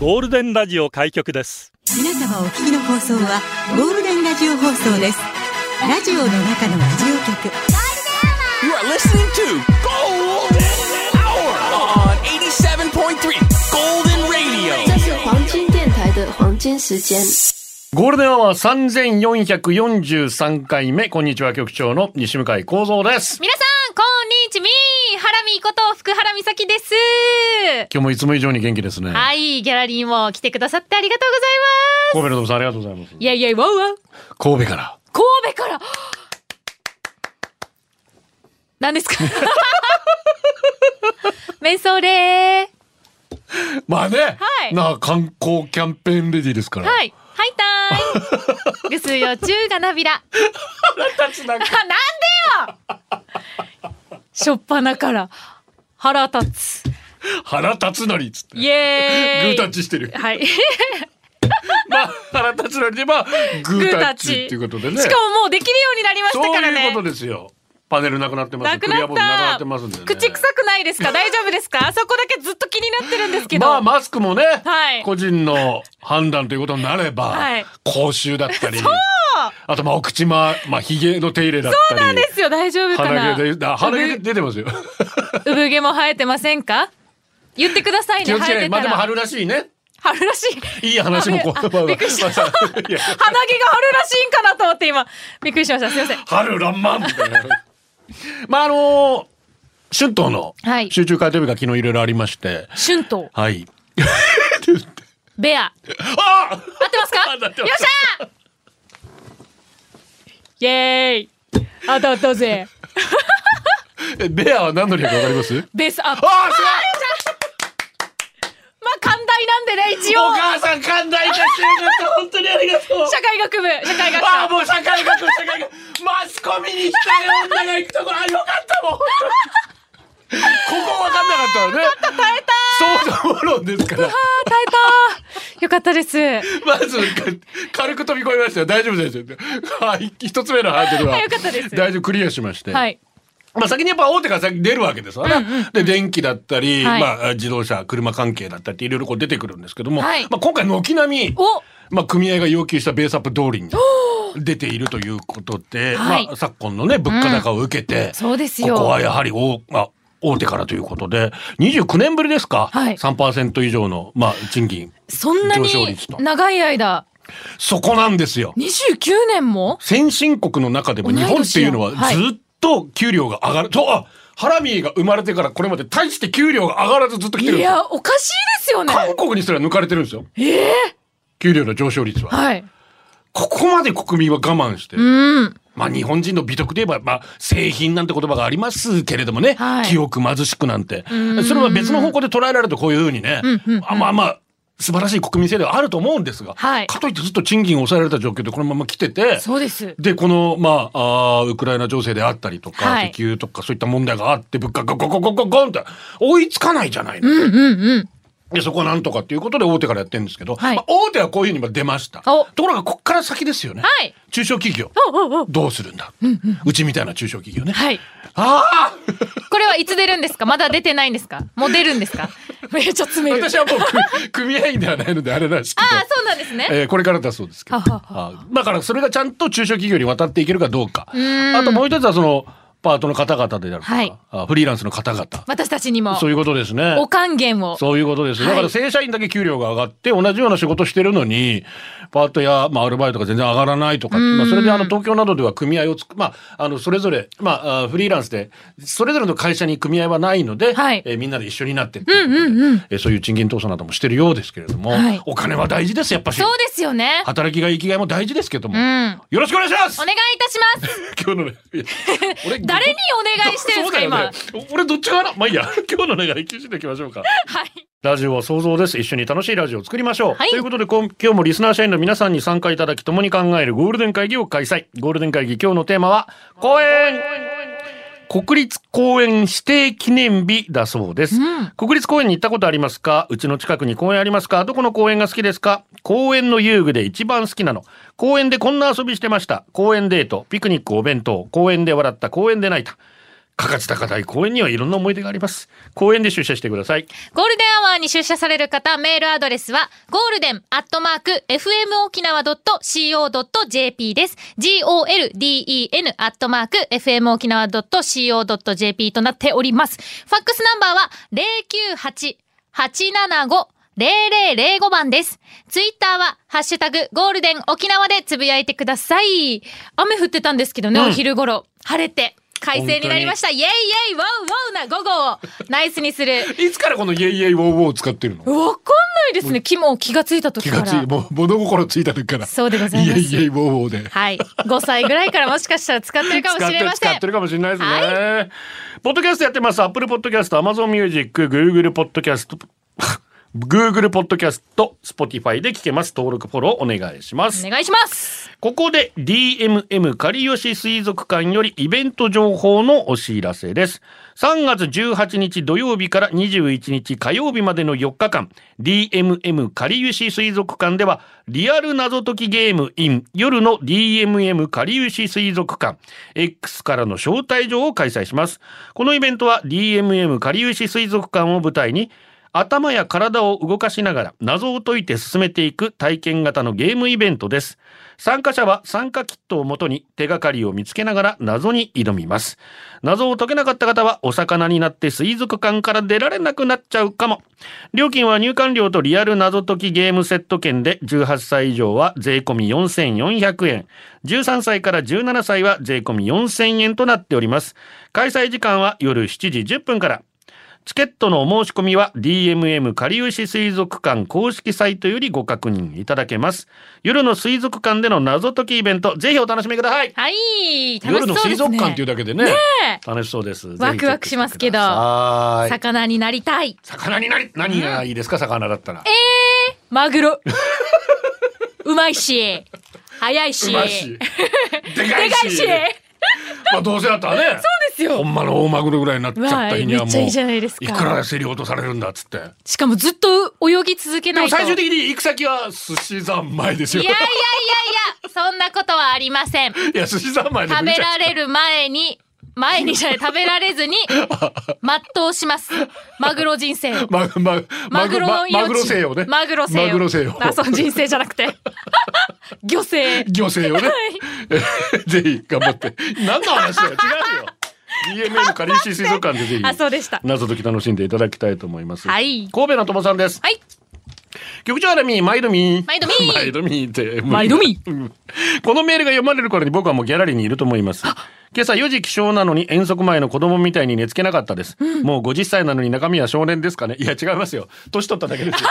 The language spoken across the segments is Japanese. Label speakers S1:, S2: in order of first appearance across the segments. S1: ゴールデンラジオ開局です
S2: 皆様お聞きの放送はゴールデンラジオ放送ですラジオの中のラジオ局
S3: You are listening to Golden Hour on 87.3 Golden Radio.
S4: 这是黄金电台的黄金时间。
S5: ゴールデンアワー3443回目、こんにちは、局長の西向井幸三です。
S6: 皆さん、こんにちみハラミこと福原美咲です。
S5: 今日もいつも以上に元気ですね。
S6: はい、ギャラリーも来てくださってありがとうござい
S5: 神戸
S6: ま
S5: のどうさんありがとうございます
S6: す。。いやいや、わうわう。
S5: 神戸から。
S6: 神戸から。何で すかメンソーレー。
S5: まあね、
S6: はい
S5: なあ観光キャンペーンレディーですから。
S6: はい。はいたーい。ぐすよ、中がなびら。腹立つ なん でよしょっぱなから腹立つ。
S5: 腹立つなりっつって。
S6: イエー
S5: グー
S6: イ。
S5: タッチしてる。
S6: はい。
S5: まあ、腹立つなりで、まあ、グータッチっていうことでね。
S6: しかももうできるようになりまし
S5: そう
S6: たからね。
S5: いうことですよ。パネルなくなってます。
S6: なく
S5: クリ
S6: な
S5: ア
S6: っ
S5: ボードなくなったてますんで、ね。
S6: 口臭くないですか大丈夫ですかあそこだけずっと気になってるんですけど。
S5: まあマスクもね、
S6: はい
S5: 個人の判断ということになれば、
S6: はい
S5: 口臭だったりあとまあお口ままあひげの手入れだったり
S6: そうなんですよ。大丈夫かな
S5: 鼻毛であ鼻毛
S6: う
S5: 出てますよ
S6: ぶ産毛も生えてませんか言ってください
S5: 気
S6: ね。
S5: をつけ
S6: 生え
S5: ない
S6: て
S5: まあ
S6: た
S5: でも
S6: ら。
S5: 春らしいね
S6: 春らしい。
S5: いい話もこ
S6: あびっくりした。
S5: まあ
S6: 鼻毛が
S5: いや
S6: 春らしいんかなと思って今。びっくりしました。すいません。
S5: 春らんまんみ たいなまああのー春闘の
S6: はい
S5: 集中回答日が昨日いろいろありまして
S6: 春闘、
S5: はい
S6: ベア。
S5: あ
S6: 合ってますか
S5: 合ってます
S6: よっしゃ イエーイ当たったぜ
S5: えベアは何の略かわかります
S6: ベースアップ。
S5: あすごい
S6: まあ、寛大なんでね、一
S5: お
S6: 応。
S5: 母さん寛大化してよかった本当にありがとう
S6: 社会学部、社 会学
S5: ああ
S6: 科。
S5: もう社会学社会学マスコミにしたい女が行くとこあよかったもん本当にここ分かんなかったわね
S6: 耐えた
S5: そうそう論ですから
S6: ー耐えたーよかったです。あよ
S5: まず軽く飛び越えましたよ大丈夫ですよはい一つ目のハードルは
S6: かったです。
S5: 大丈夫クリアしまして、
S6: はい。
S5: まあ、先にやっぱ大手が先に出るわけですわな、で電気だったり、
S6: はい
S5: まあ、自動車車関係だったりっていろいろこう出てくるんですけども、
S6: はい
S5: まあ、今回軒並み
S6: お
S5: まあ、組合が要求したベースアップ通り に出ているということで、
S6: はい
S5: まあ、昨今のね物価高を受けて、
S6: そうですよ
S5: ここはやはり大,、まあ、大手からということで29年ぶりですか、
S6: はい
S5: 3%以上の、まあ、賃金
S6: そんなに
S5: 上昇率と
S6: 長い間、
S5: そこなんですよ。
S6: 29年も
S5: 先進国の中でも
S6: 同い
S5: 日
S6: 年
S5: 本っていうのはず
S6: はい
S5: っと給料が上がると、あハラミーが生まれてからこれまで大して給料が上がらずずっと来
S6: い
S5: てるんですよ
S6: や、おかしいですよね。
S5: 韓国にすら抜かれてるんですよ
S6: ええ
S5: 給料の上昇率は、
S6: はい。
S5: ここまで国民は我慢して、
S6: うん。
S5: まあ、日本人の美徳で言えば、まあ、製品なんて言葉がありますけれどもね、
S6: はい
S5: 清く貧しくなんて
S6: ーん
S5: それは別の方向で捉えられるとこういうふうにね、
S6: うんうんうん
S5: あまあまあ素晴らしい国民性ではあると思うんですが、
S6: はい
S5: かといってずっと賃金を抑えられた状況でこのまま来てて
S6: そうです。
S5: でこの、まあ、あーウクライナ情勢であったりとか、
S6: はい
S5: 石油とかそういった問題があって物価がゴゴゴゴゴンって追いつかないじゃないの。
S6: うんうんうん。
S5: でそこはなんとかっていうことで大手からやってるんですけど、
S6: はい
S5: まあ、大手はこういうふうに今出ました。
S6: お
S5: ところがここから先ですよね。
S6: はい
S5: 中小企業。
S6: おうおうおう
S5: どうするんだ、うちみたいな中小企業ね。
S6: はい。
S5: ああ
S6: これはいつ出るんですかまだ出てないんですかもう出るんですかめっちゃ 詰める。あ
S5: 私はもうく組合員ではないのであれなんですけど。
S6: あ、そうなんですね。
S5: えーこれからだそうですけど
S6: はは
S5: あーだからそれがちゃんと中小企業に渡っていけるかどうか
S6: ーん
S5: あともう一つはそのパートの方々であるとか、
S6: はい
S5: あフリーランスの方々
S6: 私たちにも
S5: そういうことですね
S6: お還元を。
S5: そういうことです。
S6: はい
S5: だから正社員だけ給料が上がって、同じような仕事してるのに、パートや、まあ、アルバイトが全然上がらないとか、
S6: うん
S5: まあ、それであの、東京などでは組合をつく、まあ、あの、それぞれ、まああ、フリーランスで、それぞれの会社に組合はないので、
S6: はい
S5: えーみんなで一緒になってって
S6: う
S5: い
S6: ん
S5: うことで
S6: うんうん。
S5: えーそういう賃金闘争などもしてるようですけれども、
S6: はい
S5: お金は大事です、やっぱし。
S6: そうですよね。
S5: 働きがい生きがいも大事ですけども、
S6: うん。お願
S5: よろしくお願いします
S6: いいたします。
S5: 今日の ね、いや俺
S6: 誰にお願いしてるんですか、
S5: そうだ
S6: 今。
S5: よね俺どっち側なまあいいや、 今日の願い聞いていきましょうか。
S6: はい。
S5: ラジオは想像です。一緒に楽しいラジオを作りましょう。
S6: はい
S5: ということで、こん今日もリスナー社員の皆さんに参加いただき、共に考えるゴールデン会議を開催。ゴールデン会議、今日のテーマは、公園国立公園指定記念日だそうです。
S6: うん
S5: 国立公園に行ったことありますかうちの近くに公園ありますかどこの公園が好きですか公園の遊具で一番好きなの。公園でこんな遊びしてました。公園デート、ピクニック、お弁当、公園で笑った、公園で泣いた。かかち高台公園にはいろんな思い出があります。公園で出社してください。
S6: ゴールデンアワーに出社される方、メールアドレスは、ゴールデンアットマーク、fmokinawa.co.jp です。golden アットマーク、fmokinawa.co.jp となっております。ファックスナンバーは、098-875-0005番です。ツイッターは、ハッシュタグ、ゴールデン沖縄でつぶやいてください。雨降ってたんですけどね、
S5: うん
S6: お昼頃。晴れて。快晴になりました。イェイイェイワウワウな午後をナイスにする
S5: いつからこのイエイイエイウォーウォーを使ってるの
S6: わかんないですね。気も気がついた時
S5: 気
S6: か
S5: がつい、
S6: ら。
S5: もう物心ついた時から。
S6: そうでござい
S5: イ
S6: ま
S5: エイ
S6: す。
S5: イエイウォーウォーで。
S6: はい。5歳ぐらいからもしかしたら使ってるかも
S5: 使っ
S6: してれ
S5: る
S6: ま
S5: 使
S6: せ
S5: っ
S6: ん
S5: て。るかもしれないですね。ポッドキャストやってます。アップルポッドキャスト、アマゾンミュージック、グーグルポッドキャス ト、グーグルポッドキャスト、スポティファイで聞けます。登録フォローお願いします。
S6: お願いします。
S5: ここで DMM 狩吉水族館よりイベント情報のお知らせです。3月18日土曜日から21日火曜日までの4日間、DMM 狩吉水族館では、リアル謎解きゲーム in 夜の DMM 狩吉水族館 X からの招待状を開催します。このイベントは DMM 狩吉水族館を舞台に、頭や体を動かしながら謎を解いて進めていく体験型のゲームイベントです。参加者は参加キットをもとに手がかりを見つけながら謎に挑みます。謎を解けなかった方はお魚になって水族館から出られなくなっちゃうかも。料金は入館料とリアル謎解きゲームセット券で18歳以上は税込み4400円。13歳から17歳は税込み4000円となっております。開催時間は夜7時10分から。チケットのお申し込みは DMM 狩吉水族館公式サイトよりご確認いただけます。夜の水族館での謎解きイベント、ぜひお楽しみください。
S6: はい。楽し
S5: 夜の
S6: そう
S5: 水
S6: ですね。
S5: 族館っていうだけでね、
S6: ね
S5: 楽しそうです。
S6: ワクワクしますけ
S5: ぜひチェックしてく
S6: ど
S5: ださい
S6: 魚になりたい。
S5: 魚になり、何がいいですか、魚だったら。
S6: マ グロ。うまいし。早いし。
S5: うまいし。で
S6: で
S5: か
S6: か
S5: い
S6: い
S5: し。
S6: し。
S5: まあ、どうせだったらね。そう
S6: ですよ
S5: ほんまの大マグロぐらいになっちゃった日にはも
S6: わあ
S5: う。
S6: めっちゃいいじゃないですか
S5: いくら競り落とされるんだっつって。
S6: しかもずっと泳ぎ続け
S5: で
S6: な
S5: も
S6: いと。
S5: 最終的に行く先は寿司三昧ですよ。
S6: いやいやいやいや、そんなことはありません。
S5: いや、寿司三昧でも
S6: 食
S5: いい
S6: べ
S5: じゃん
S6: られる前に、前にじゃない、食べら れずに、全うします。マグロ人生を。
S5: マグマグ
S6: マグロの命。
S5: マグロ西洋ね。
S6: マグロ西洋。
S5: マグロ西洋。
S6: あ、そう、人生じゃな くて。魚生。
S5: 漁生をね。 ぜひ頑張って。何の話だよ。違うよ。DMM カリシ水族館でぜひ
S6: あ、そうでした。
S5: 謎解き楽しんでいただきたいと思います。
S6: はい
S5: 神戸の友さんです。
S6: はい。
S5: 局長アラミー、毎度ミー。
S6: 毎度ミ ー
S5: 毎度ミーって。
S6: 毎度ミ
S5: ー。このメールが読まれる頃に僕はもうギャラリーにいると思います。今朝4時起床なのに遠足前の子供みたいに寝つけなかったです。もう50歳なのに中身は少年ですかね。いや違いますよ。年取っただけですよ。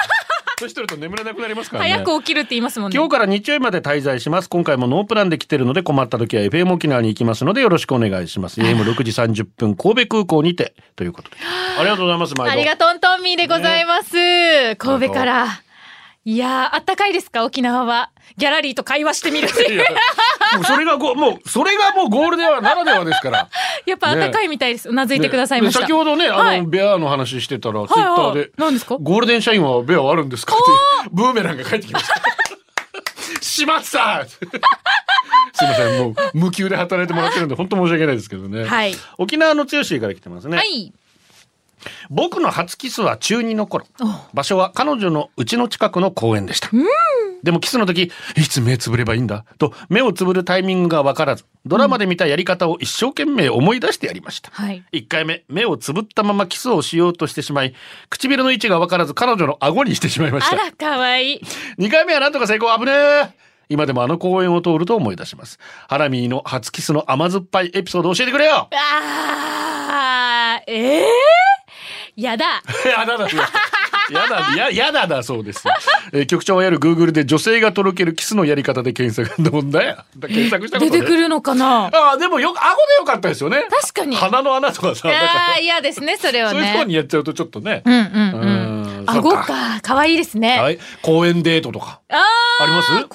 S5: 年取ると眠れなくなりますからね。
S6: 早く起きるって言いますもんね。
S5: 今日から日曜日まで滞在します。今回もノープランで来てるので困った時は FM 沖縄に行きますのでよろしくお願いします。AM6 時30分神戸空港にてということで。 ありがとうございます。毎度
S6: ありがとんとんみーでございます。神戸から。いやー、あったかいですか沖縄は。ギャラリーと会話してみるっていう
S5: もうそれがごもうそれがもうゴールデンはならではですから。
S6: やっぱあったかいみたいです。うなずいてくださいました。
S5: で先ほどね、あの、
S6: はい
S5: ベアの話してたら、ツイッター
S6: はい
S5: で、
S6: 何ですか
S5: ゴールデン社員はベアはあるんですかっていうブーメランが返ってきました。しまった すいません、もう無給で働いてもらってるんで、本当申し訳ないですけどね。
S6: はい
S5: 沖縄の強しから来てますね。
S6: はい。
S5: 僕の初キスは中2の頃場所は彼女の家の近くの公園でしたでもキスの時いつ目つぶればいいんだと目をつぶるタイミングが分からずドラマで見たやり方を一生懸命思い出してやりました、
S6: はい。
S5: 1回目目をつぶったままキスをしようとしてしまい唇の位置が分からず彼女の顎にしてしまいまし
S6: あ
S5: た
S6: ら、かわいい。
S5: 2回目はなんとか成功危ねえ今でもあの公園を通ると思い出しますハラミーの初キスの甘酸っぱいエピソード教えてくれよ
S6: あー、ええー、やだ。
S5: やだだそうやだややだだそうです、えー局長はやる Google で女性がとろけるキスのやり方で検索どんだよ検索したこ
S6: 出
S5: とね
S6: てくるのかな
S5: ああでもよく顎でよかったですよね
S6: 確かに
S5: 鼻の穴とかさなん
S6: あ
S5: か
S6: ー、嫌ですね、それは
S5: そういうとこ
S6: ね。
S5: にやっちゃうとちょっとね
S6: うんうんう。
S5: うんん
S6: 顎
S5: そうか
S6: か、かわいいですね。
S5: はい公園デートとか
S6: あー
S5: あります
S6: 公園デ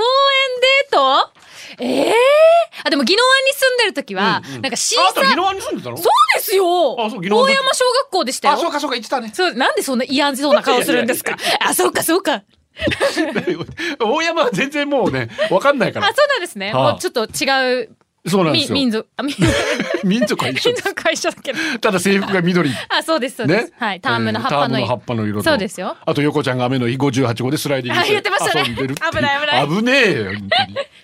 S6: ートええー、あ、でも、宜野湾に住んでる時は、なんかシー
S5: あな
S6: サ
S5: た
S6: ー
S5: 宜、野湾に住んでたの
S6: そうですよ
S5: あ
S6: 大
S5: そ
S6: 山
S5: う宜野湾
S6: 小学校でした
S5: あそう
S6: よ。
S5: かそうか言ってたね
S6: そう、なんでそんな嫌そうな顔するんですかあ、そうかそうか。
S5: 大山は全然もうねわかんないか
S6: あ、そ
S5: ら
S6: うなんですね。
S5: はあ
S6: もうちょっと違う
S5: そうなんで
S6: み
S5: すよ。
S6: 民族、あ、民族、
S5: 民族は一緒
S6: 民
S5: です
S6: 族会社だけど。
S5: ただ制服が緑。
S6: あ、そうです、そうです。
S5: ね。
S6: はい。タームの葉っぱの
S5: えータームの葉っぱの色と。
S6: そうですよ。
S5: あと横ちゃんが雨の日58号でスライディングして
S6: あ言ってましたね
S5: 遊んでるってう
S6: 危ない危ない
S5: 危ねえよ本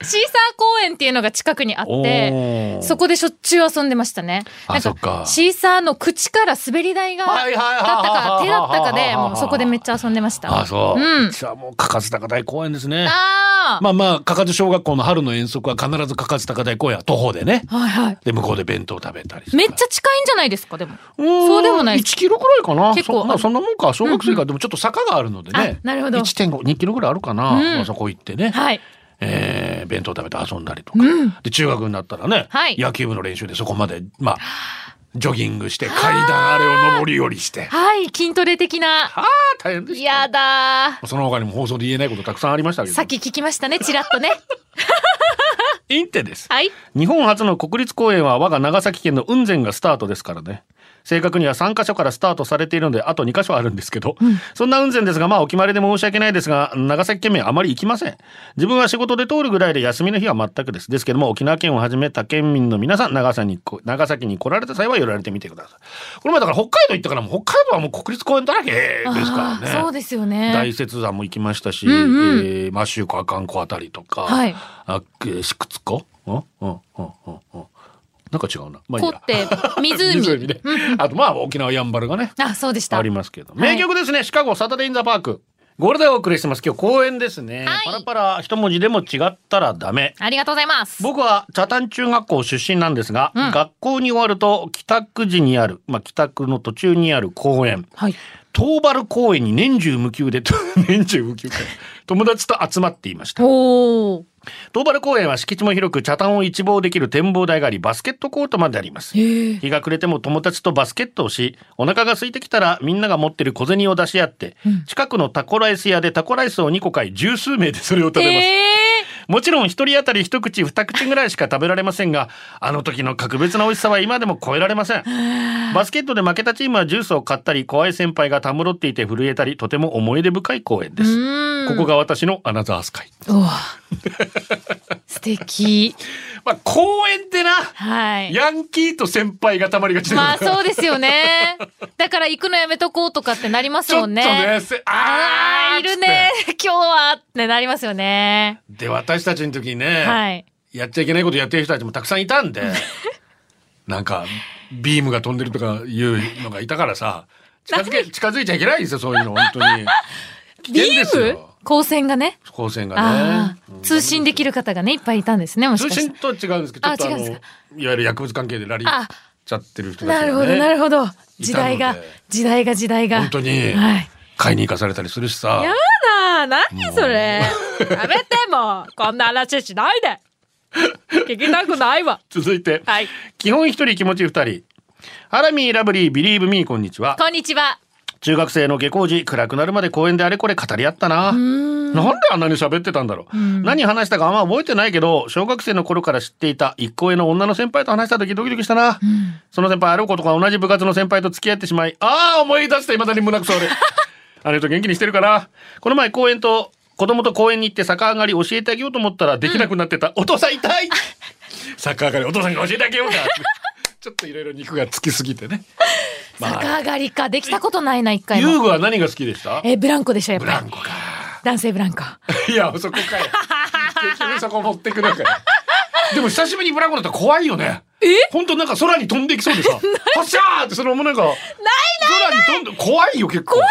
S6: シーサー公園っていうのが近くにあっ
S5: 当に
S6: て、
S5: おー
S6: そこでしょっちゅう遊んでましたね。
S5: あ
S6: なん
S5: そっか
S6: シーサーの口から滑り台が、だっ
S5: はい
S6: た
S5: はいはい
S6: か、手だったか
S5: はいはいはいは
S6: で、
S5: い
S6: もうそこでめっちゃ遊んでました。
S5: あそう。
S6: うん
S5: うちはもうかかず高台公園ですね。
S6: あー
S5: まあまあかかず小学校の春の遠足は必ずかかず高台公園は徒歩でね。
S6: はいはい。
S5: で向こうで弁当食べたりする
S6: めっちゃ近いんじゃないですか、でも。そ
S5: そう
S6: でもない
S5: 1キロくらいかな
S6: 結構
S5: そ,、まあ、そんなもんか小学生から、でもちょっと坂があるのでね
S6: あなるほど
S5: 1.5 2キロぐらいあるかな、
S6: うん
S5: まあそこ行ってね、
S6: はい。
S5: えー弁当食べて遊んだりとか、で中学になったらね、
S6: はい
S5: 野球部の練習でそこまでまあジョギングして階段あれを上り下りしてあ
S6: はい、筋トレ的な。
S5: あ大変でした
S6: やだ
S5: その他にも放送で言えないことたくさんありましたけ
S6: ー。
S5: ど
S6: さっき聞きましたね、ちらっ とね。
S5: インテです
S6: はい。
S5: 日本初の国立公園は我が長崎県の雲仙がスタートですからね正確には3カ所からスタートされているのであと2カ所あるんですけど、そんな雲仙ですがまあお決まりで申し訳ないですが長崎県民あまり行きません自分は仕事で通るぐらいで休みの日は全くですですけども沖縄県をはじめ他県民の皆さん長崎にこ長崎に来られた際は寄られてみてくださいこれまだから北海道行ったからもう北海道はもう国立公園だらけですからね
S6: あーそうですよね。
S5: 大雪山も行きましたし、
S6: うんうん
S5: えーマシューコアカンコあたりとか、
S6: はい
S5: あえーシクツコうんうんうんうんうんなんか違うな。まあいい
S6: こ
S5: や
S6: って、湖。
S5: ね。あとまあ沖縄やんばるがね、
S6: あ、そうでした。
S5: ありますけど。名曲ですね、シカゴサタデーインザパーク。ゴールデンをお送りしてます。今日公演ですね。
S6: はい
S5: パラパラ一文字でも違ったらダメ。
S6: ありがとうございます。
S5: 僕は茶谷中学校出身なんですが、
S6: うん
S5: 学校に終わると帰宅時にある、まあ帰宅の途中にある公園、
S6: はい。
S5: 東原公園に年中無休で、 年中無休か友達と集まっていました。
S6: おー。
S5: 東原公園は敷地も広く、茶炭を一望できる展望台があり、バスケットコートまであります。
S6: へえ。
S5: 日が暮れても友達とバスケットをし、お腹が空いてきたらみんなが持ってる小銭を出し合って、近くのタコライス屋でタコライスを2個買い、十数名でそれを食べます。
S6: え
S5: もちろん一人当たり一口二口ぐらいしか食べられませんが、あの時の格別な美味しさは今でも超えられません。バスケットで負けたチームはジュースを買ったり、怖い先輩がたむろっていて震えたり、とても思い出深い公演で
S6: ー。
S5: す。
S6: うー
S5: こ
S6: ん。
S5: こが私のアナザースカイ。
S6: うわ。素敵。
S5: まあ、公演ってな、
S6: はい。
S5: ヤンキーと先輩がたまりがちだよ
S6: ま
S5: ね
S6: あそうですよね。だから行くのやめとこうとかってなりますもんね。
S5: ちょっとねせあー
S6: あーいるね
S5: つっ。
S6: 今日はってなりますよね。
S5: てで私たちの時にね、
S6: はい。
S5: やっちゃいけないことやってる人たちもたくさんいたん でなんかビームが飛んでるとかいうのがいたからさ近づけ近づいちゃいけないんですよそういうの本当 に危険
S6: ビ
S5: です
S6: ーム
S5: よ
S6: 光線がね。
S5: 光線が
S6: あ
S5: ね
S6: あ、通信できる方がね、いっぱいいたんですね、もし
S5: 通
S6: かし
S5: 信
S6: て。
S5: とは違うんですけどちょ
S6: あ
S5: っとあ
S6: 違うん
S5: の
S6: です
S5: い
S6: か
S5: わゆる薬物関係でラリっ
S6: あ
S5: ちゃってる人たちが、ね、
S6: なるほど、なるほど。時代
S5: い
S6: が
S5: たので、
S6: 時代が時代が。
S5: 本当に
S6: はい。
S5: 買いに行かされたりするしさ
S6: やだ何それやめてもうこんな話しないで聞きたくないわ
S5: 続いて、
S6: はい
S5: 基本一人気持ち二人ハラミーラブリービリーブミーこんにちは
S6: こんにちは
S5: 中学生の下校時暗くなるまで公園であれこれ語り合ったななんであんなに喋ってたんだろう何話したかあんま覚えてないけど小学生の頃から知っていた一校への女の先輩と話した時ドキドキしたな、その先輩あることが同じ部活の先輩と付き合ってしまいああ思い出した未だに胸くそ 俺あの人元気にしてるかなこの前公園と子供と公園に行って逆上がり教えてあげようと思ったらできなくな ってた、お父さん痛い逆上がりお父さんが教えてあげようかちょっといろいろ肉がつきすぎてねまあ
S6: 逆上がりかできたことないな一回
S5: 遊
S6: も
S5: 具は何が好きでした
S6: えブランコでしょやっ
S5: ブ
S6: ぱ
S5: ラ
S6: り
S5: ンコか。
S6: 男性ブランコ
S5: いや、そこかよ。結局そこ持ってくるから。でも久しぶりにブランコだったら怖いよね。え本当なんか空に飛んでいき そうでさ、はっしゃーってそのもうなんか、ない空に飛んで、怖いよ結構。怖く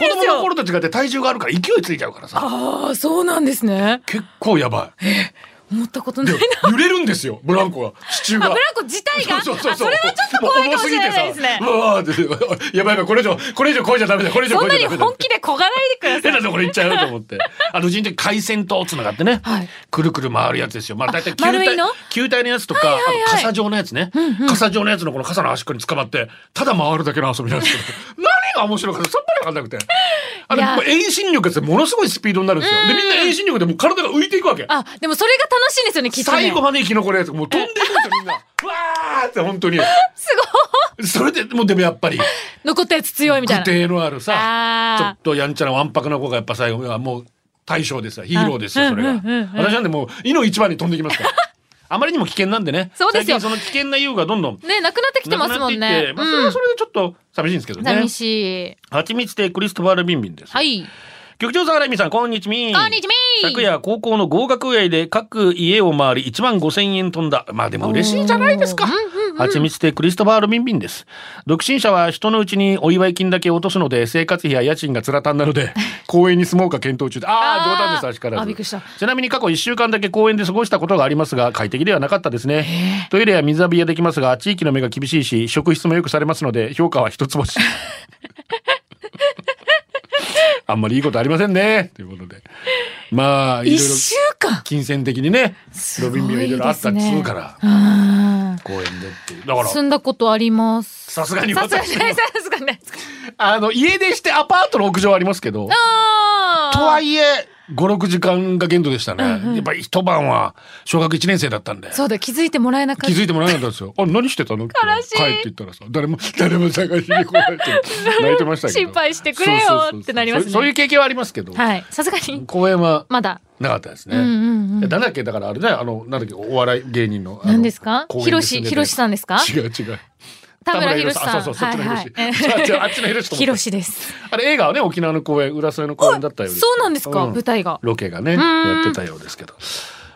S6: ないですよ
S5: 子供の頃と違って体重があるから勢いついちゃうからさ、
S6: ああそうなんですね
S5: 結構やばい。
S6: 思ったことな
S5: で
S6: いな
S5: 揺れるんですよ、ブランコは。支柱
S6: あ
S5: が
S6: ブ。ランコ自体があ
S5: そうそう
S6: そ
S5: そう
S6: れはちょっと怖いかもしれないですね
S5: もう重すぎてさうわーってや ばいやばいこれ以上これ以上超えちゃダメだこれ以上
S6: そ
S5: 超
S6: ん
S5: えち
S6: なに
S5: ゃダメだ
S6: 本気でこがないでくださ
S5: 変
S6: い
S5: なところ行っちゃうと思って。あの、人体回線とつながってね。
S6: はい
S5: くるくる回るやつですよ。まあ、大体球
S6: 丸い
S5: 体
S6: の、
S5: 球体のやつとか、あと傘状のやつね、傘状のやつのこの傘の端っこに捕まって、ただ回るだけの遊びなん ですけど。何が面白いかさっぱりわかんなくて。あ
S6: いや
S5: の、遠心力がものすごいスピードになるんですよ。で、みんな遠心力でもう体が浮いていくわけ。
S6: あでもそれが楽しいんですよねきっとね
S5: 最後まで生き残るやつ、もう飛んでいくんですよ、みん な。わーって本当に。
S6: すご
S5: それで、もうでもやっぱり。
S6: い残ったやつ強いみたい
S5: 家
S6: な
S5: 庭のあるさ
S6: あー
S5: ちょっとやんちゃなわんぱくな子がやっぱ最後はもう大将ですよヒーローですよ
S6: うん
S5: それが、
S6: うんうんうん
S5: 私なんでもう井の一番に飛んできますからあまりにも危険なんでね。
S6: そうですよ
S5: 最近その危険な遊具がどんどん
S6: ね、なくなってきてますもん
S5: なくなっていって。
S6: ね
S5: まあ、それ
S6: う
S5: は
S6: ん
S5: そ。れでちょっと寂しいんですけどね
S6: 寂。しい。
S5: 蜂蜜でクリストファール・ビンビンです。
S6: はい。
S5: 局長さん、原美さん、こんにちみ。
S6: こんにちみ
S5: 昨夜、高校の合格祝いで各家を回り1万5千円飛んだ。まあでも嬉しいじゃないですか。蜂蜜でクリストファール・ビンビンです。独身者は人のうちにお祝い金だけ落とすので、生活費や家賃がつらたんなの で、公園に住もうか検討中で。ああ、冗談です、あしからず。
S6: あびっくりした
S5: ちなみに過去1週間だけ公園で過ごしたことがありますが快適ではなかったですねトイレや水浴びはできますが地域の目が厳しいし職質もよくされますので評価は一つ星 あんまりいいことありませんねということでまあいろい
S6: 一
S5: ろ
S6: 週間
S5: 金銭的にねロビンビはいろいろあったりするから、
S6: ら。
S5: 公園でっていうだから
S6: 住んだことあります。
S5: さすがに
S6: さすがに、
S5: 私
S6: さすがに。
S5: あの家出してアパートの屋上はありますけど
S6: あー
S5: とはいえ56時間が限度でしたね、やっぱり一晩は小学1年生だったんで
S6: そうだ、気づいてもらえなか
S5: 気
S6: った。
S5: づいてもらえなかったんですよ。あ、 何してたのって
S6: 悲しい
S5: 帰って言ったらさ、誰も、 誰も探しに来られて、 泣いてましたけど。
S6: 心配してくれよ
S5: そうそうそう
S6: ってなりますね
S5: そうそういう経験はありますけど、
S6: はい。さすがに、
S5: 公演は
S6: まだ。
S5: なかったですね。
S6: うんうんうん。
S5: なんだっけだからあれね、あの、なんだっけ、お笑い芸人の。あの
S6: 何ですか
S5: 公園
S6: ひろ
S5: 住
S6: し、
S5: んでて
S6: ひろしさんですか
S5: 違う違う。
S6: 田村ひろし
S5: 田
S6: さん。
S5: あそうそう、そっちのひろし。違う違うあっ ちのひろしと思った。
S6: ひろしです。
S5: あれ映画はね、沖縄の公演、浦添の公演だったようです
S6: そうなんですか、
S5: うん
S6: 舞台が。
S5: ロケがね、
S6: ん
S5: やってたようですけど。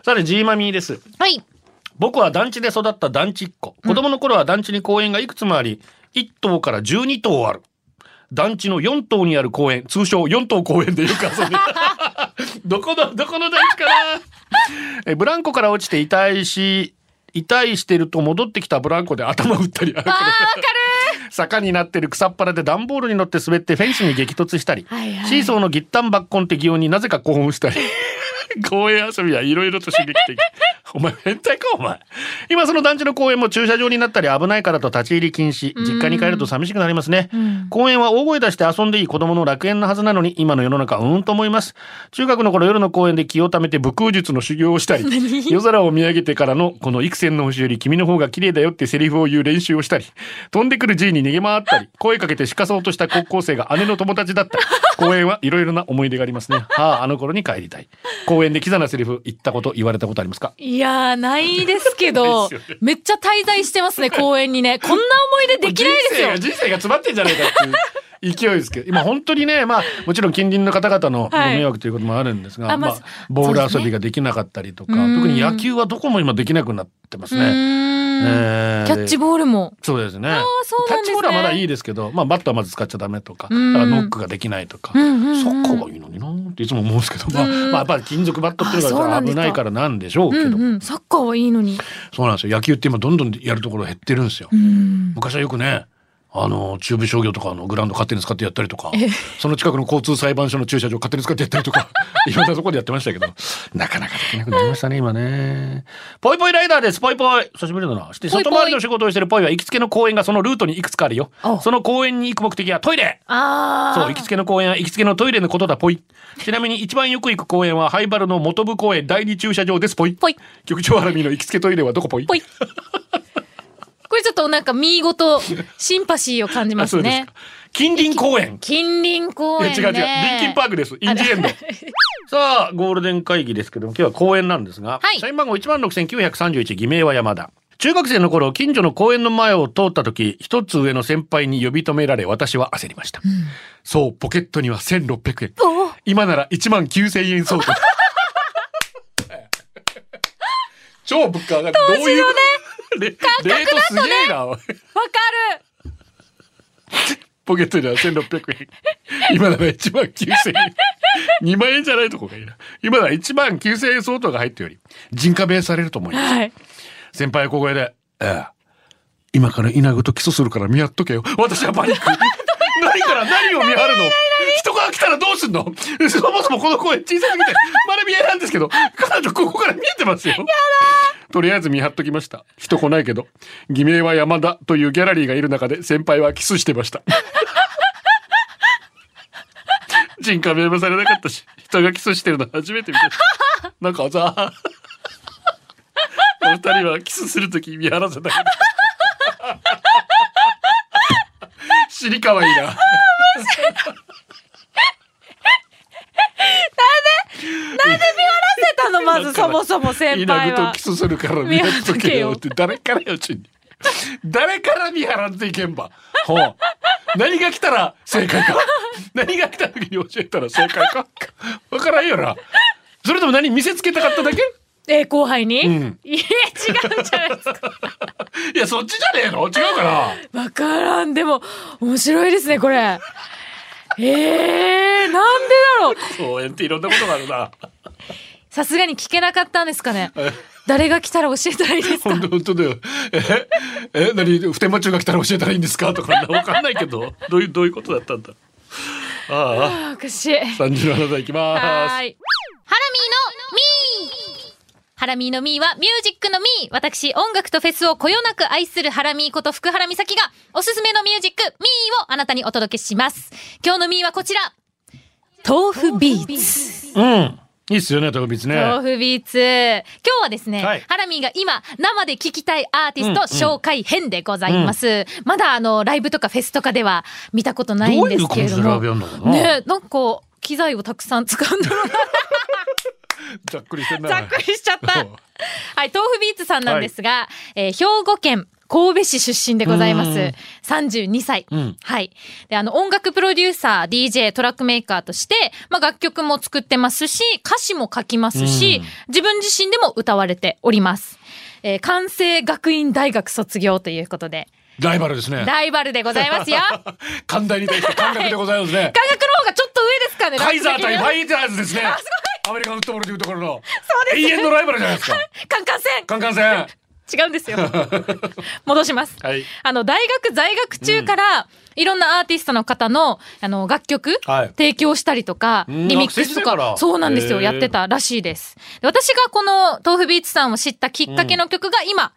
S5: さて、ジーマミーです。
S6: はい。
S5: 僕は団地で育った団地っ子。子供の頃は団地に公園がいくつもあり、1棟から12棟ある。団地の4棟にある公園、通称4棟公園でよく遊んでた どこの、どこの団地かなえブランコから落ちて痛いし、痛いしてると戻ってきたブランコで頭打ったり、あわかる坂になってる草っ腹で段ボールに乗って滑ってフェンスに激突したり、
S6: はいはい
S5: シーソーのギッタンバッコンって擬音になぜか興奮 したり。公園遊びはいろいろと刺激的。お前変態かお前。今その団地の公園も駐車場になったり危ないからと立ち入り禁止。実家に帰ると寂しくなりますね。公園は大声出して遊んでいい子供の楽園のはずなのに今の世の中はうーんと思います。中学の頃夜の公園で気をためて武空術の修行をしたり、夜空を見上げてからのこの幾千の星より君の方が綺麗だよってセリフを言う練習をしたり、飛んでくる G に逃げ回ったり、声かけてかそうとした高校生が姉の友達だったり、公園はいろいろな思い出がありますね。ああ、あの頃に帰りたい。公園でキザなセリフ言ったこと言われたことありますか
S6: いやー、ないですけ
S5: な
S6: ど
S5: いですよね、
S6: めっちゃ滞在してますね、公園にね。こんな思い出できないですよ。
S5: 人生が人生が詰 まってんじゃないかっていう勢いですけど今本当にねまあもちろん近隣の方々のご
S6: はい
S5: 迷惑ということもあるんですが、
S6: あ
S5: ま
S6: ま
S5: あ
S6: あ
S5: ボー
S6: そうです
S5: ル
S6: ね
S5: 遊びができなかったりとか、
S6: うん
S5: 特に野球はどこも今できなくなってます
S6: う
S5: ね。
S6: ーん
S5: えー
S6: キャッチボールも。
S5: そうですね。
S6: そうな
S5: タッ
S6: んですね
S5: チボールはまだいいですけど、まあバットはまず使っちゃダメとか、
S6: うん
S5: だからノックができないとか、
S6: うんうんうん
S5: サッカーがいいのになっていつも思うんですけど、まあ、
S6: う
S5: ま
S6: ん
S5: あやっぱり金属バットっていうの
S6: あそうな
S5: は
S6: ん
S5: 危
S6: ですか
S5: ないからなんでしょうけ
S6: う
S5: ど、
S6: んうん。サッカーはいいのに。
S5: そうなんですよ。野球って今どんどんやるところ減ってるんですよ。
S6: うん。
S5: 昔はよくねあの中部商業とかのグラウンド勝手に使ってやったりとかその近くの交通裁判所の駐車場勝手に使ってやったりと かいろんなところでやってましたけどなかなかできなくなりましたね今ねぽいぽいライダーですぽいぽい久しぶりだなして
S6: ぽいぽ
S5: 外
S6: い
S5: 回りの仕事をしてるぽいは行きつけの公園がそのルートにいくつかあるよ
S6: あ
S5: その公園に行く目的はトイレ
S6: あー。
S5: そう行きつけの公園は行きつけのトイレのことだぽいちなみに一番よく行く公園はハイバルの本部公園第二駐車場ですぽい
S6: ぽい
S5: 局長ハラミの行きつけトイレはどこぽい
S6: ぽい。 これちょっとなんか見事、シンパシーを感じ
S5: あ
S6: ま
S5: そ
S6: す
S5: うです
S6: ね
S5: か。近隣公園
S6: 近隣公園、ね。
S5: いや違う違う、リンキンパークです。インジエンド。 さあ、ゴールデン会議ですけども、今日は公演なんですが、
S6: はい
S5: 社員番号16,931、偽名は山田。中学生の頃、近所の公園の前を通った時、一つ上の先輩に呼び止められ、私は焦りました。そう、ポケットには1,600円。
S6: お
S5: 今なら19,000円 相当。超物価上がる。どういうことレレートすげえな。おい
S6: わかる
S5: ポケットには1600円。 今なら1万9000円。2万円じゃないとこがいいな。今なら1万9000円相当が入っており、人家弁されると思います。
S6: はい。
S5: 先輩は小声で、ええ、今から稲子と起訴するから見張っとけよ。私はパニック。何から何を見張るの人が来たらどうすんのそもそもこの公園小さすぎて、まだ見えないんですけど、彼女ここから見えてますよ。とりあえず見張っときました。人来ないけど、偽名は山田というギャラリーがいる中で先輩はキスしてました。人家名もされなかったし、人がキスしてるの初めて見たし。なんかさ、お二人はキスするとき見張らせたけど。死にかわいいな。
S6: 出たのま
S7: まずそもそも先輩
S5: 稲具と
S7: は
S5: キスするから見張っとけよって誰からよちに誰から見張らんといけんばほう何が来たら正解か何が来た時に教えたら正解かわからんよなそれとも何見せつけたかっただけ
S6: えー後輩に、
S5: うん
S6: いや違うんじゃないですか
S5: いやそっちじゃねえの違うかな
S6: わからんでも面白いですねこれえー、なんでだろう
S5: 公園っていろんなことがあるな
S6: さすがに聞けなかったんですかね誰が来たら教えたらいいですか
S5: 本当本当だよええ何普天間中が来たら教えたらいいんですかとかわかんないけどどういうどういうことだったんだあ
S6: おかしい
S5: あ三十七歳いきます
S6: はーい。ハラミーのミーハラミーのミーはミュージックのミー私、音楽とフェスをこよなく愛するハラミーこと福原美咲がおすすめのミュージック、ミーをあなたにお届けします。今日のミーはこちら。
S2: 豆腐ビーツ
S5: うん。いいっすよね、トヨビーツね。
S6: 豆腐ビーツ。今日はですね、
S5: はい
S6: ハラミーが今生で聞きたいアーティスト紹介編でございます。まだあの、ライブとかフェスとかでは見たことないんですけれど
S5: どういう感じ
S6: も。
S5: でライブやんのかな
S6: ねなんか、機材をたくさん使うんだろうな
S5: ざっくりしてんな。
S6: ざっくりしちゃった。は
S5: う
S6: い
S5: ん、
S6: 豆腐ビーツさんなんですが、えー兵庫県神戸市出身でございま
S5: うん
S6: す。32歳。
S5: うん
S6: はい。で、あの、音楽プロデューサー、DJ、トラックメーカーとして、まあ、楽曲も作ってますし、歌詞も書きますし、自分自身でも歌われております。えー関西学院大学卒業ということ で、
S5: ライバルですね。
S6: ライバルでございま すよ。感覚
S5: 寛大に対して感覚でございますね。
S6: の方がちょっと上ですかね、
S5: カイザー対フ
S6: ランク
S5: ァイターズ ですね。アメリカンフットボールというところの永遠のライバルじゃないですか。
S6: 的にはカンカン戦
S5: カンカン戦。
S6: 違う んですよ。戻します。
S5: はい
S6: あの、大学在学中から、いろんなアーティストの方の、あの、楽曲、
S5: はい
S6: 提供したりとか、
S5: うん
S6: リミックスと
S5: 学生時代か
S6: か、
S5: ら
S6: そうなんですよ、
S5: へー
S6: やってたらしいです。で私がこの豆腐ビーツさんを知ったきっかけの曲が今、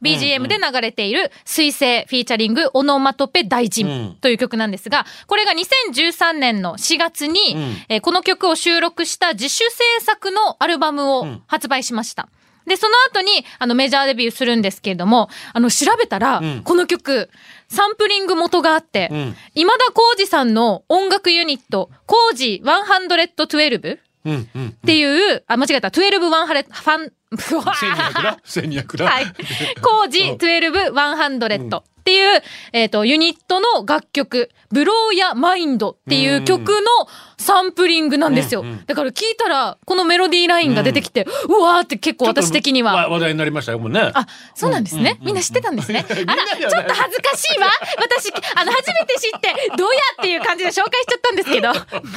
S6: BGM で流れている、水星フィーチャリングオノマトペ大
S5: うん
S6: 臣という曲なんですが、これが2013年の4月に、
S5: うん
S6: えーこの曲を収録した自主制作のアルバムを
S5: ん
S6: 発売しました。で、その後に、あの、メジャーデビューするんですけれども、あの、調べたら、
S5: ん
S6: この曲、サンプリング元があって、
S5: ん
S6: 今田耕司さんの音楽ユニット、耕司112っ
S5: うんうん。
S6: ていう、あ、間違えた、121ファン、うわ
S5: 千二百だ。千二百だ。
S6: はい。コージ12100っていう、えっ、と、ユニットの楽曲、ブローやマインドっていう曲のサンプリングなんですよ。だから聞いたら、このメロディーラインが出てきて、うわーって結構私的に
S5: ちょっ
S6: は。
S5: とわ話題になりましたよもうね。
S6: あ、そうなんですね。 みんな知ってたんですね。あら、ちょっと恥ずかしいわ。私、あの、初めて知って、どうやっていう感じで紹介しちゃったんですけ ど。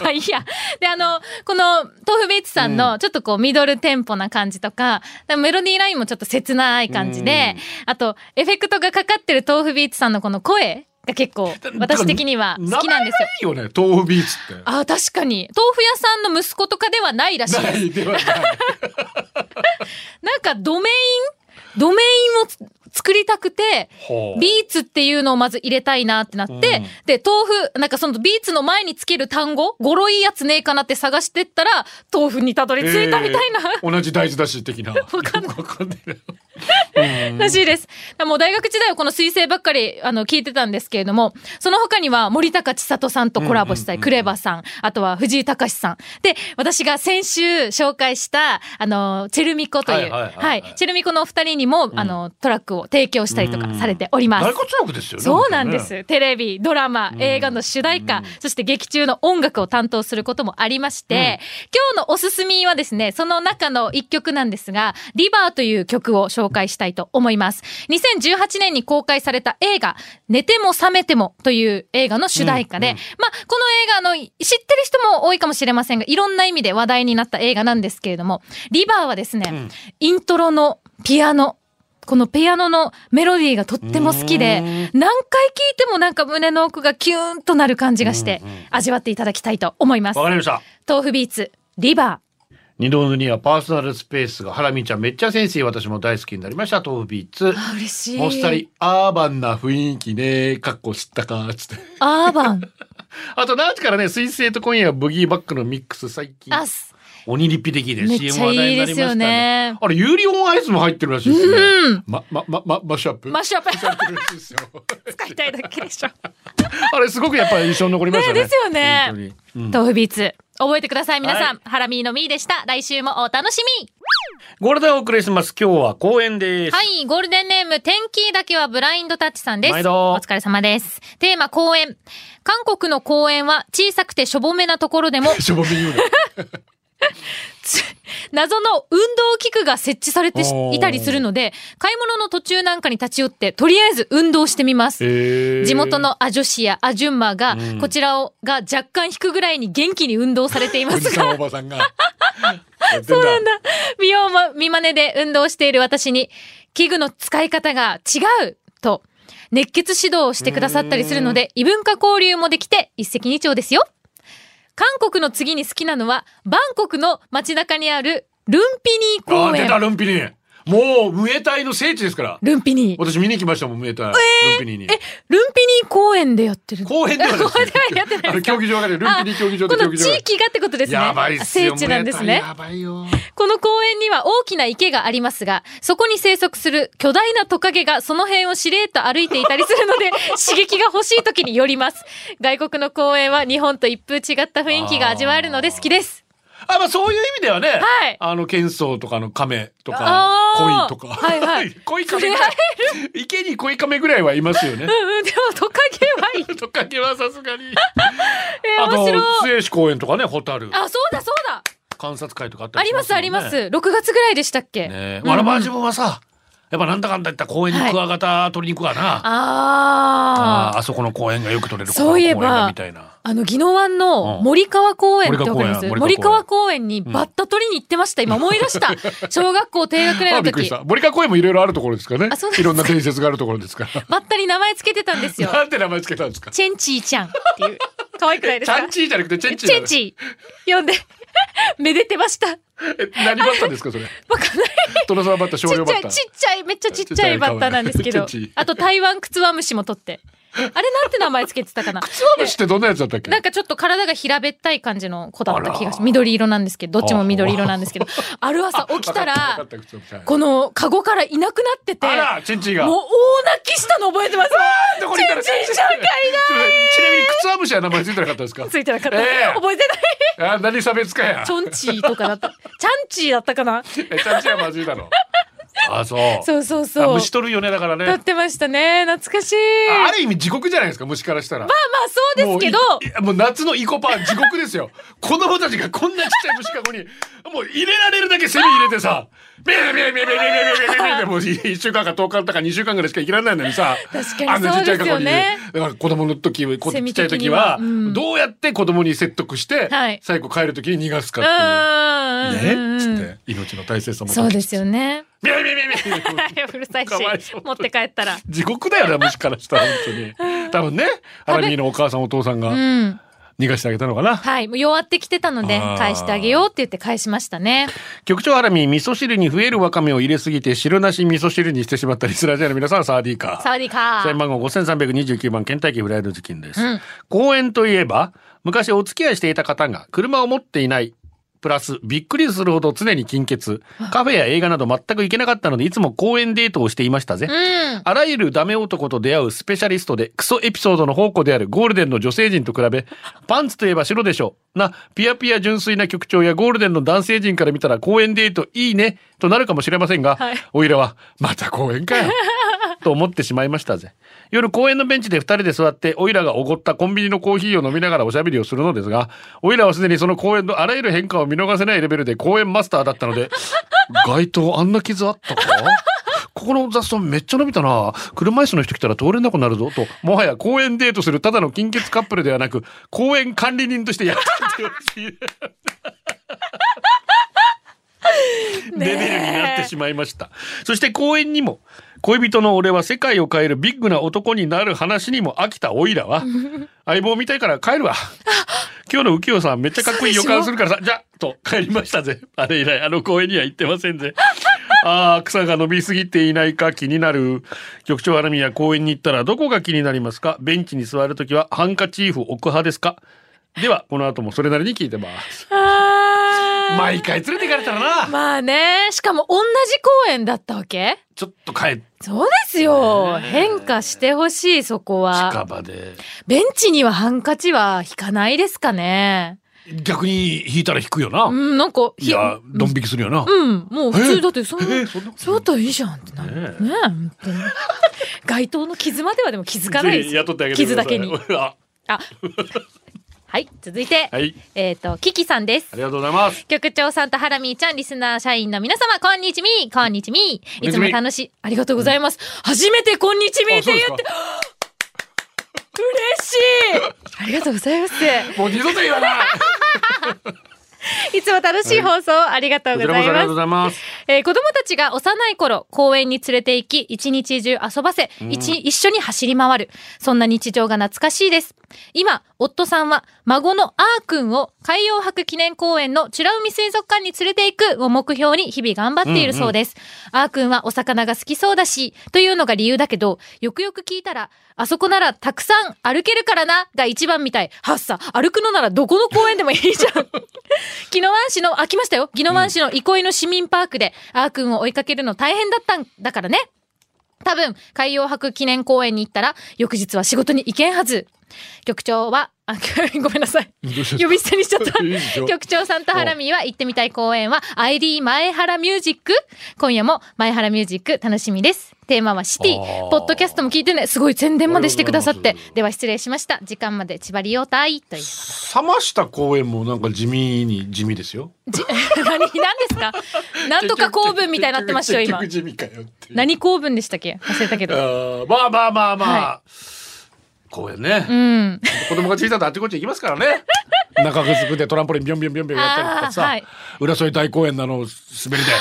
S6: まあいいや。で、あの、この、豆腐ビーツさんの、ちょっとこう、ミドルテンポな感じとか、メロディーラインもちょっと切ない感じで、あと、エフェクトがかかってる豆腐ビーツさんのこの声が結 構、私的には好きなんですよ。
S5: よ。いいよね、豆腐ビーツって。
S6: あ、確かに。豆腐屋さんの息子とかではないらしいです
S5: な。いではない。
S6: なんかドメインドメインをつ作りたくて
S5: ほ、う
S6: ビーツっていうのをまず入れたいなってなって、で、豆腐、なんかそのビーツの前につける単語、語呂いいやつねえかなって探してったら、豆腐にたどり着いたみたいな、
S5: えー同じ大豆だし的な。わ
S6: かんない
S5: よくわかんない。
S6: らしいです。もう大学時代はこの水星ばっかり、あの、聞いてたんですけれども、その他には森高千里さんとコラボしたい、クレバさん、あとは藤井隆さん。で、私が先週紹介した、あの、チェルミコという、
S5: はいはいは
S6: はいい
S5: はい
S6: チェルミコのお二人にも、あの、トラックを提供したりとかされております。
S5: 大活躍ですよね。
S6: そうなんで
S5: 本当にね。
S6: す。テレビ、ドラマ、映画の主題歌、そして劇中の音楽を担当することもありまして、今日のおすすめはですね、その中の一曲なんですが、リバーという曲を紹介したいと思います。2018年に公開された映画、寝ても覚めてもという映画の主題歌で、まあ、この映画の、知ってる人も多いかもしれませんが、いろんな意味で話題になった映画なんですけれども、リバーはですね、イントロのピアノ、このピアノのメロディーがとっても好きで、何回聴いてもなんか胸の奥がキューンとなる感じがして、味わっていただきたいと思います
S5: わ。かりました。
S6: 豆腐ビーツ、リバ
S5: 二度塗りにはパーソナルスペースがハラミちゃんめっちゃ先生私も大好きになりました豆腐ビーツ
S6: ー。嬉しい。
S5: もっさりアーバンな雰囲気ねかっこ知ったかつって
S6: アー バン。
S5: あと何時からね水星と今夜はブギーバックのミックス最近
S6: あす。
S5: 鬼リピ的で
S6: めっ
S5: CM
S6: ちゃ
S5: 話題
S6: い
S5: に
S6: い
S5: なりま
S6: で
S5: し
S6: す
S5: た
S6: よ
S5: ね
S6: ね。
S5: あれ有料オンアイスも入ってるらしいですね、ままままマッシュアップ
S6: マッシュアップ
S5: されてるらしいですよ
S6: 使いたいだけでしょ。
S5: あれすごくやっぱり印象に残りましたね
S6: ねですよね
S5: 本当にうん
S6: 豆腐ビーツ、覚えてください皆さん。
S5: は
S6: ハラミーのミーでした。来週もお楽しみ
S3: ゴールデンをお送りします。今日は公演です。
S6: はい、ゴールデンネーム、天気だけはブラインドタッチさんです。
S3: 毎度
S6: お疲れ様です。テーマ、公園。韓国の公園は小さくてしょぼめなところ でも、
S5: しょぼめ言うな。
S6: 謎の運動器具が設置されてし
S5: おー
S6: いたりするので、買い物の途中なんかに立ち寄って、とりあえず運動してみます。 地元のアジョシやアジュンマが、こちらをが若干引くぐらいに元気に運動されていま
S5: おじ
S6: す
S5: さん
S6: が
S5: お、ばさ んが。そうなんだ。
S6: 見ようも見まねで運動している私に、器具の使い方が違うと、熱血指導をしてくださったりするので、異文化交流もできて一石二鳥ですよ。韓国の次に好きなのは、バンコクの街中にあるルンピニー
S5: あー、
S6: 公
S5: 出た、
S6: 園。
S5: ルンピニー。もう、ムエタイの聖地ですから。
S6: ルンピニー。
S5: 私見に来ましたもん、ムエタイ。ルンピニーに。
S6: ルンピニー公園でやってる。
S5: 後編では ですね
S6: やってないですか
S5: あの、競技場がね、ルンピニー競技場
S6: こと
S5: 競
S6: の
S5: 技
S6: 地
S5: 場が。
S6: 域がってことですね。
S5: やばいっすよ。
S6: 聖地なんですね
S5: ムエタイ。やばいよ。
S6: この公園には大きな池がありますが、そこに生息する巨大なトカゲがその辺をしれーっと歩いていたりするの で、刺激が欲しい時に寄ります。外国の公園は日本と一風違った雰囲気が味わえるので好きです。
S5: あ、まあそういう意味ではね、
S6: はい
S5: あの、剣僧とかの亀とか、
S6: あ
S5: 鯉
S6: ー
S5: とか。
S6: はいはい
S5: 鯉 亀ぐらい。池に鯉亀ぐらいはいますよね。
S6: うんうん、でもトカゲはいい。
S5: トカゲはさすがに。
S6: えー
S5: あと
S6: 面白い。
S5: 末吉公園とかね、ホタル
S6: あ、そうだそうだ。
S5: 観察会とかあった
S6: あ
S5: り
S6: り
S5: しま
S6: ますす
S5: も
S6: あ
S5: んね
S6: ります。6月ぐらいでしたっけ。
S5: ねえ、
S6: うん
S5: わらば自分はさ、やっぱなんだかんだ言ったら公園にクワガタ取りに行くわな。あー
S6: ああ。
S5: あそこの公園がよく取れる。
S6: そういえば
S5: ここの公園だみたいな。
S6: あの、宜野湾の
S5: うん
S6: 森川公園ってわかります
S5: 森川公園
S6: 森
S5: 森
S6: 川
S5: 川
S6: 公園にバッタ取りに行ってました。今思い出した。小学校低学年
S5: あ、
S6: の
S5: びっくり
S6: 時
S5: し。た。森川公園もいろいろあるところですからね
S6: あそうなんです。か
S5: いろんな伝説があるところですか
S6: バッタに名前つけてたんですよ
S5: ら。。なんて名前つけたんですか。
S6: チェンチーちゃんっていう。可愛くないで
S5: チ
S6: すか
S5: ャンチーじゃなくてチェンチー
S6: チ
S5: な
S6: ェ
S5: の
S6: ン。チー。呼んで。めでてました。わ
S5: え何バッターですかそれ。
S6: かんない。
S5: 殿様バッター
S6: ち
S5: 少
S6: っ
S5: 量バ
S6: ちゃ
S5: ッ
S6: い、
S5: ター。
S6: ちっちゃい、めっちゃちっちゃいバッタなんですけど
S5: チェンチー。
S6: あと台湾クツワムシも取って。あれなんて名前つけてた かな。
S5: ツワムシってどんなやつだったっけ。
S6: なんかちょっと体が平べったい感じの子だった気が
S5: あ
S6: し
S5: ら
S6: 緑色なんですけど、どっちも緑色なんですけど、ある朝起きた
S5: わからっ、たわかった靴下
S6: このカゴからいなくなってて、も
S5: あ
S6: う
S5: らチェンチーが。
S6: 大泣きしたの覚えてます
S5: どこにいたら
S6: チェンチーちゃんがいない
S5: ちなみに靴ワムシは名前ついてなかったですか。
S6: ついてなかった。
S5: ええ
S6: 覚えてない。
S5: あ何差別かや。
S6: チョンチーとかだ った。チャンチーだったかな
S5: えチャンチーはまずいだろ。あそう。
S6: そうそうそう。
S5: 虫取るよねだから
S6: な
S5: ね
S6: っ。てましたね。懐かしい。
S5: あ
S6: まあ
S5: る意味地獄じゃないですか虫からしたら。
S6: まあそうですけど、
S5: もういいやもう夏のイコパン地獄ですよ子供たちがこんなちっちゃい虫かごにもう入れられるだけセミ入れてさビャビャビャビャビャビャビャビャビャもう1週間か10日とか2週間ぐらいしか生きられないのにさ
S6: 確かに
S5: あんなちっちゃいかご
S6: そう
S5: に
S6: ですよ
S5: ね
S6: ね
S5: だから子供の時こ
S6: セ
S5: ち
S6: ミ
S5: っちゃい
S6: 的に
S5: 時
S6: は
S5: は
S6: うん
S5: どうやって子供に説得して
S6: はい
S5: 最後帰る時に逃がすか
S6: う
S5: っ
S6: ーん。
S5: ていう
S6: うん
S5: ねつって命の大切さも
S6: そうですよね。
S5: ビャビャビャビャビャ
S6: はい、うるさいし
S5: かわいそう、
S6: 持って帰ったら。
S5: 地獄だよな虫からしたら本当に多分ねアラミーのお母さんお父さん
S6: う
S5: が
S6: ん。
S5: 逃がしてあげたのかな
S6: はい、もう弱ってきてたので
S5: あ、ー
S6: 返してあげようって言って返しましたね。
S5: 局長アラミー味噌汁に増えるわかめを入れすぎて汁なし味噌汁にしてしまったリスラジアの皆さんサーディーカー
S6: サワディーカ
S5: 社員
S6: ー。
S5: 番号5329番倦怠期フライドチキンです、
S6: うん
S5: 公園といえば昔お付き合いしていた方が車を持っていないプラスびっくりするほど常に金欠カフェや映画など全く行けなかったのでいつも公園デートをしていましたぜ、
S6: うん。
S5: あらゆるダメ男と出会うスペシャリストで、クソエピソードの宝庫であるゴールデンの女性陣と比べ、 パンツといえば白でしょう。な、ピヤピヤ純粋な局長やゴールデンの男性陣から見たら公園デートいいね、となるかもしれませんが、
S6: はい
S5: おいらは、また公園か よ。と思ってしまいましたぜ。夜公園のベンチで二人で座って、おいらがおごったコンビニのコーヒーを飲みながらおしゃべりをするのですが、おいらはすでにその公園のあらゆる変化を見逃せないレベルで公園マスターだったの で、街灯あんな傷あったかここの雑草めっちゃ伸びたな車椅子の人来たら通れなくなるぞともはや公園デートするただの金欠カップルではなく公園管理人としてやってほしいレベルになってしまいましたそして公園にも恋人の俺は世界を変えるビッグな男になる話にも飽きたオイラ は相棒みたいから帰るわ今日の浮世さんめっちゃかっこいい予感するからさじゃと帰りましたぜあれ以来あの公園には行ってませんぜああ草が伸びすぎていないか気になる局長アラミや公園に行ったらどこが気になりますかベンチに座るときはハンカチーフ置く派ですかではこの後もそれなりに聞いて ます
S6: あー
S5: 毎回連れて行かれたらな
S6: まあね、しかも同じ公園だったわけ
S5: ちょっと帰って
S6: そうですよ。変化してほしい、そこは。
S5: 近場で
S6: ベンチにはハンカチは引かないですかね。
S5: 逆に引いたら引くよな。
S6: うん、なんか、
S5: いや、ドン引きするよな。
S6: うん、もう普
S5: え
S6: 通だってそん
S5: え
S6: な、
S5: そんなこと
S6: そうだったらいいじゃんってなる。ね
S5: ね
S6: え、本当に。街頭の傷まではでも気づかないで
S5: ぜ
S6: す
S5: ひ
S6: よ。
S5: 雇ってあげて
S6: 傷
S5: くだ
S6: だ
S5: さい
S6: けに。
S5: あ
S6: あ、はい、続いて、
S5: はい。
S6: えっ、と、キキさんです
S5: あ。りがとうございます。
S6: 局長さんとハラミーちゃん、リスナー社員の皆様、こんにちみこんにちみ
S5: こんにちみ
S6: いつも楽しい。ありがとうございます。初めてこんにちみって言っ
S5: あそう
S6: て、嬉しいありがとうございます。
S5: もう二度と言わない。
S6: いつも楽しい放送をありがとう
S5: こち
S6: ご
S5: らこ
S6: ざい
S5: そありがとう
S6: ます
S5: ご。ざいます。
S6: えー子供たちが幼い頃、公園に連れて行き、一日中遊ばせ、一一緒に走り回る。そんな日常が懐かしいです。今、夫さんは、孫のあーくんを海洋博記念公園の美ら海水族館に連れて行くを目標に日々頑張っているそうです。あーくんはお魚が好きそうだし、というのが理由だけど、よくよく聞いたら、あそこならたくさん歩けるからな、が一番みたい。はっさ、歩くのならどこの公園でもいいじゃん。宜野湾市の、あ、来ましたよ。宜野湾市の憩いの市民パークで、あーくんを追いかけるの大変だったんだからね。多分、海洋博記念公園に行ったら、翌日は仕事に行けんはず。局長は、あ、 ごめんなさい。呼び捨てにしちゃっ た。
S5: いいでしょ
S6: 局長さんとハラミーは行ってみたい公園は、ID 前原ミュージック。今夜も前原ミュージック楽しみです。テーマはシテ
S5: あ
S6: ィ。
S5: ー
S6: ポッドキャストも聞いてね。すごい宣伝までしてくださっ
S5: ありがとうございま。
S6: て
S5: す
S6: では失礼しました。時間まで千葉リオタイという。
S5: 冷ました公演もなんか地味に地味ですよ。
S6: じ何何ですかなんとか公文みたいになってましたよ今
S5: 結局地味かよっていう。
S6: 何公文でしたっけ忘れたけど
S5: あーまあまあまあまあ。
S6: は
S5: 公演ね、
S6: うん
S5: 子供が小さいとあっちこっち行きますからね 中ぐずくでトランポリンビョンビョンビョンビョンやったりとかさ、
S6: あーはい
S5: 浦添大公園なの滑りで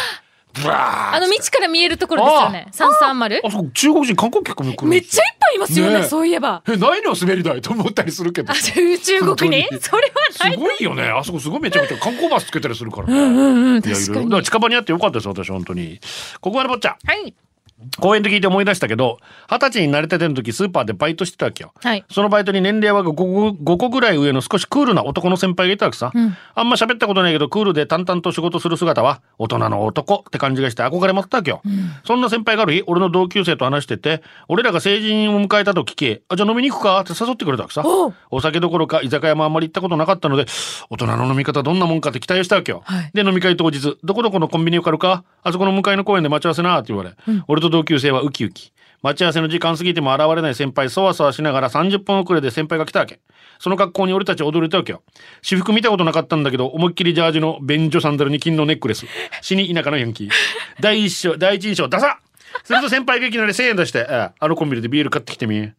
S5: ブラー
S6: あの道から見えるところですよね330
S5: あそこ中国人観光客も来る
S6: めっちゃいっぱいいますよね
S5: ねえ
S6: そういえば
S5: えないの滑り台と思ったりするけど
S6: あ
S5: す
S6: 中中国に
S5: 本当に
S6: それはない
S5: ごいよねあそこすごいめちゃめちゃ観光バスつけたりするからね、
S6: うん
S5: い
S6: うん
S5: やいろ
S6: 確
S5: いろ
S6: か
S5: だ
S6: に
S5: から近場にあってよかったです私本当にここはねぼっちゃん
S6: はい
S5: 公園で聞いて思い出したけど二十歳になれたての時スーパーでバイトしてたわけよ
S6: はい
S5: そのバイトに年齢は 5, 個ぐらい上の少しクールな男の先輩がいたわけさ、
S6: うん
S5: あんま喋ったことないけどクールで淡々と仕事する姿は大人の男って感じがして憧れ持ってたわけよ、そんな先輩がある日俺の同級生と話してて俺らが成人を迎えたと聞きあじゃあ飲みに行くかって誘ってくれたわけさ
S6: おう
S5: お酒どころか居酒屋もあんまり行ったことなかったので大人の飲み方どんなもんかって期待をしたわけよ、
S6: はい
S5: で飲み会当日どこどこのコンビニ受かるかあそこの向かいの公園で待ち合わせなって言われ、俺と同級生はウキウキ待ち合わせの時間過ぎても現れない先輩そわそわしながら30分遅れで先輩が来たわけその格好に俺たち驚いたわけよ私服見たことなかったんだけど思いっきりジャージの便所サンダルに金のネック レス死に田舎のヤンキー第一章第一印象ダサすると先輩がいきなり1000円出して「ああのコンビニでビール買ってきてみ」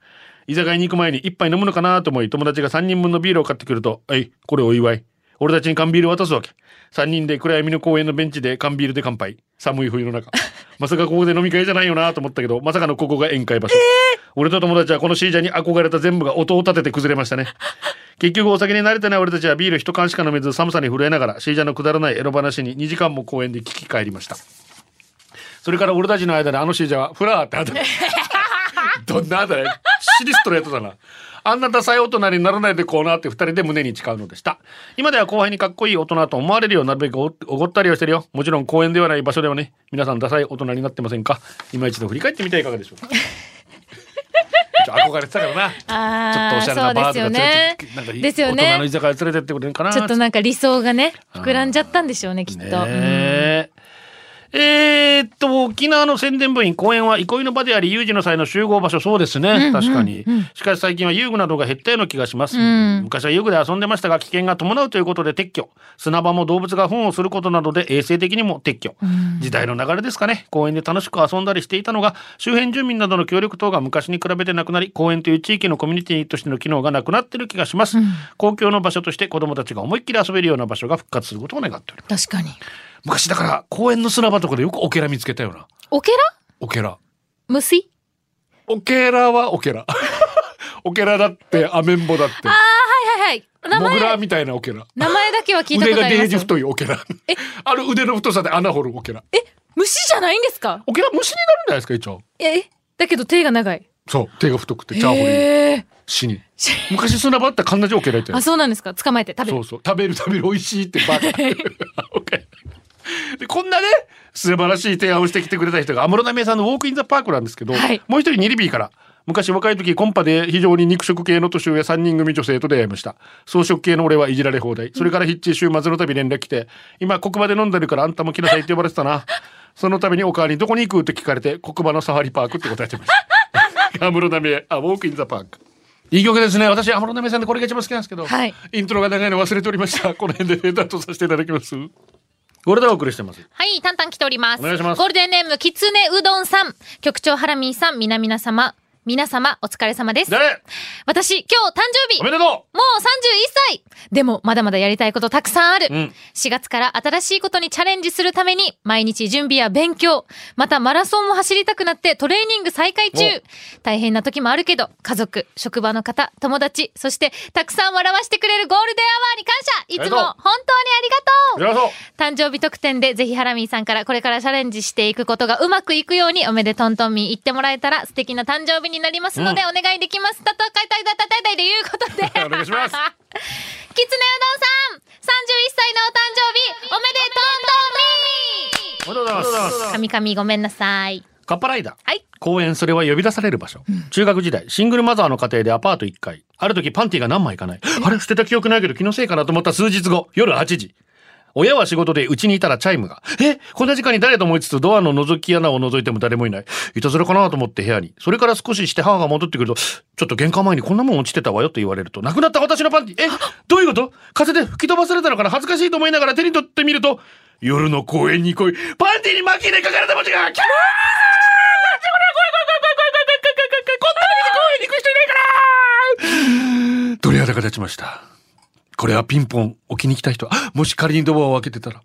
S5: 居酒屋に行く前に一杯飲むのかなと思い友達が3人分のビールを買ってくると「はいこれお祝い」俺たちに缶ビールを渡すわけ3人で暗闇の公園のベンチで缶ビールで乾杯寒い冬の中まさかここで飲み会じゃないよなと思ったけどまさかのここが宴会場所、俺と友達はこのシージャーに憧れた全部が音を立てて崩れましたね結局お酒に慣れてない俺たちはビール一缶しか飲めず寒さに震えながらシージャーのくだらないエロ話に2時間も公園で聞き帰りましたそれから俺たちの間であのシージャーはフラーってあだ名どんなあだ名シリストレートだなあんなダサい大人にならないでこうなって二人で胸に誓うのでした今では後輩にかっこいい大人と思われるようなるべくおおごったりはしてるよもちろん公園ではない場所ではね皆さんダサい大人になってませんか今一度振り返ってみてはいかがでしょうかちょっと憧れてたからなちょっと
S6: あ
S5: お
S6: ー
S5: しゃれ
S6: そ
S5: な
S6: うで
S5: バーと
S6: す
S5: か
S6: よ
S5: 連れ
S6: ね
S5: てってなんかいい
S6: ですよ
S5: 大人の居
S6: ね
S5: 酒屋連れてってくれるかな
S6: ちょっとなんか理想がね膨らんじゃったんでしょうねきっとうん
S5: ねええーっと沖縄の宣伝部員公園は憩いの場であり有事の際の集合場所そうですね、確かに、しかし最近は遊具などが減ったような気がします、
S6: ん
S5: 昔は遊具で遊んでましたが危険が伴うということで撤去砂場も動物が糞をすることなどで衛生的にも撤去、時代の流れですかね公園で楽しく遊んだりしていたのが周辺住民などの協力等が昔に比べてなくなり公園という地域のコミュニティとしての機能がなくなっている気がします、公共の場所として子どもたちが思いっきり遊べるような場所が復活することを願っております
S6: 確かに
S5: 昔だから公園の砂場とかでよくオケラ見つけたよな
S6: オケラ
S5: オケラ
S6: 無水
S5: オケラはオケラ オケラだってアメンボだって
S6: はいはいはい名
S5: モグラ
S6: 前
S5: みたいなオケラ
S6: 名前だけは聞いた
S5: 腕
S6: こと
S5: が
S6: あり
S5: デ
S6: ま
S5: ージ
S6: す
S5: 太いオケラある腕の太さで穴掘るオケラ
S6: え虫じゃないんですか
S5: オケラ虫になるんじゃないですか一応
S6: えだけど手が長い
S5: そう手が太くてチャーホリ
S6: へえ
S5: 死に昔砂場あったら必ずオケラいたよ
S6: あ、そうなんですか。捕まえて食べ
S5: そ
S6: る
S5: う。そう食べる食べる美味しいってバカ オケラでこんなね素晴らしい提案をしてきてくれた人が安室奈美恵さんの「ウォーク・イン・ザ・パーク」なんですけど、
S6: はい
S5: もう一人ニリビーから昔若い時コンパで非常に肉食系の年上3人組女性と出会いました草食系の俺はいじられ放題それからヒッチ週末の度連絡来て今黒場で飲んでるからあんたも来なさいって呼ばれてた なそのためにおかわりどこに行くって聞かれて黒場のサファリパークって答えてました 安室奈美恵あウォークインザパークいい曲ですね私安室奈美恵さんでこれが一番好きなんですけど、
S6: はい
S5: イントロが長いの忘れておりました この辺でフェードアウトさせていただきますこれでお送りしてます
S6: はい、タンタン来ております。
S5: お願いします
S6: ゴールデンネーム、きつねうどんさん、局長ハラミーさん、皆々様、皆様、お疲れ様です。
S5: 誰
S6: 私、今日誕生日
S5: おめでと
S6: もう31歳でも、まだまだやりたいことたくさんある、
S5: ん
S6: 4月から新しいことにチャレンジするために、毎日準備や勉強、またマラソンも走りたくなってトレーニング再開中。大変な時もあるけど、家族、職場の方、友達、そして、たくさん笑わせてくれるゴールデンアワーに感謝いつも
S5: ありが
S6: 本当
S5: うあり
S6: にありがとう
S5: がとう
S6: 誕生日特典でぜひハラミーさんからこれからチャレンジしていくことがうまくいくようにおめでとんとんみー言ってもらえたら素敵な誕生日になりますのでお願いできます。だと書いたいだたたいたいということで。
S5: お願いします
S6: きつねうどんさん !31 歳のお誕生日おめでとんとんみー
S5: おめでとうございます
S6: 神々ごめんなさい。
S5: カッパライダー
S6: はい。
S5: 公園それは呼び出される場所、中学時代シングルマザーの家庭でアパート1階ある時パンティが何枚かないあれ捨てた記憶ないけど気のせいかなと思った数日後夜8時親は仕事で家にいたらチャイムが。えこんな時間に誰と思いつつドアの覗き穴を覗いても誰もいない。いたずらかなと思って部屋に。それから少しして母が戻ってくると、ちょっと玄関前にこんなもん落ちてたわよと言われると、なくなった私のパンティ、えどういうこと風で吹き飛ばされたのかな恥ずかしいと思いながら手に取ってみると、夜の公園に来い。パンティにマキで書かれた文字が、キャーこんなに公園に行く人いないから鳥肌が立ちました。これはピンポン置きに来た人。あもし仮にドアを開けてたら。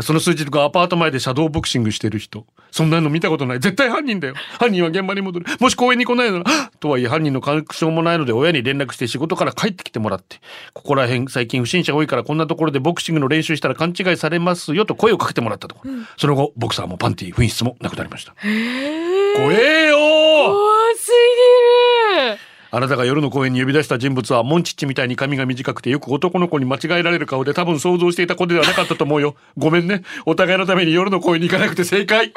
S5: その数日後アパート前でシャドーボクシングしてる人。そんなの見たことない。絶対犯人だよ。犯人は現場に戻る。もし公園に来ないなら、あとはいえ犯人の確証もないので親に連絡して仕事から帰ってきてもらって。ここら辺最近不審者多いからこんなところでボクシングの練習したら勘違いされますよと声をかけてもらったところ。その後、ボクサーもパンティ、紛失もなくなりました。怖えよー
S6: 怖すぎる
S5: あなたが夜の公園に呼び出した人物はモンチッチみたいに髪が短くてよく男の子に間違えられる顔で多分想像していた子ではなかったと思うよ。 ごめんね。お互いのために夜の公園に行かなくて正解。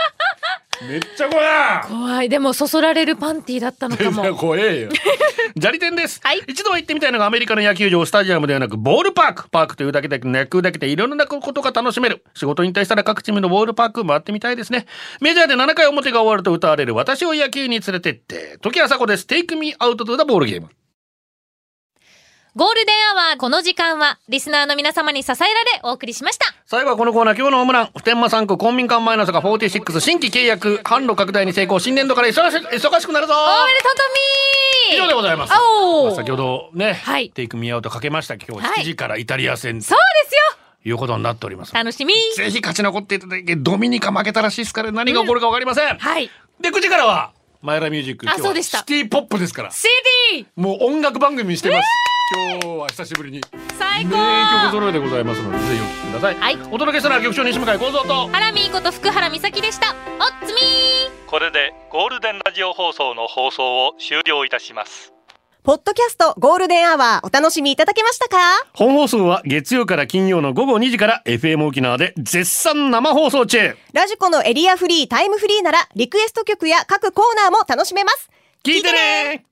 S5: めっちゃ怖
S6: 怖い。でも、そそられるパンティーだったのか
S5: い。
S6: も。
S5: 怖え よ。砂利店です、
S6: はい
S5: 一度は行ってみたいのがアメリカの野球場スタジアムではなくボールパークパークというだけで野球だけでいろんなことが楽しめる仕事に対したら各チームのボールパーク回ってみたいですねメジャーで7回表が終わると歌われる私を野球に連れてって時あさこですテイクミーアウトとだボールゲーム
S6: ゴールデンアワー、この時間は、リスナーの皆様に支えられお送りしました。
S5: 最後はこのコーナー、今日のホームラン。普天間産区公民館マイナスが46、新規契約、販路拡大に成功、新年度から忙し忙しくなるぞ
S6: おめでとうとみー
S5: 以上でございます。
S6: あおー
S5: まあ先ほどね、
S6: はい
S5: テイクミーアウトかけましたけど今
S6: は
S5: 日
S6: い
S5: 7時からイタリア戦と
S6: そうです
S5: い
S6: よ
S5: うことになっております。
S6: 楽しみ
S5: ぜひ勝ち残っていただいて、ドミニカ負けたらしいですから何が起こるかわかりません。
S6: はい。
S5: で、9時からは、マイラミュージック。
S6: あ
S5: 今日は
S6: そうでした
S5: シティポップですから。
S6: CD!
S5: もう音楽番組にしてます。今日は久しぶりに
S6: 最
S5: 名
S6: 高
S5: 曲揃いでございますので、ぜひお聴きください。
S6: はい
S5: お届けしたのは局長西向井幸三と、
S6: ハラミーこと福原美咲でした。おっつみー
S1: これでゴールデンラジオ放送の放送を終了いたします
S8: ポッドキャストゴールデンアワーお楽しみいただけましたか
S5: 本放送は月曜から金曜の午後2時から FM 沖縄で絶賛生放送中
S8: ラジコのエリアフリータイムフリーならリクエスト曲や各コーナーも楽しめます。
S5: 聞いてね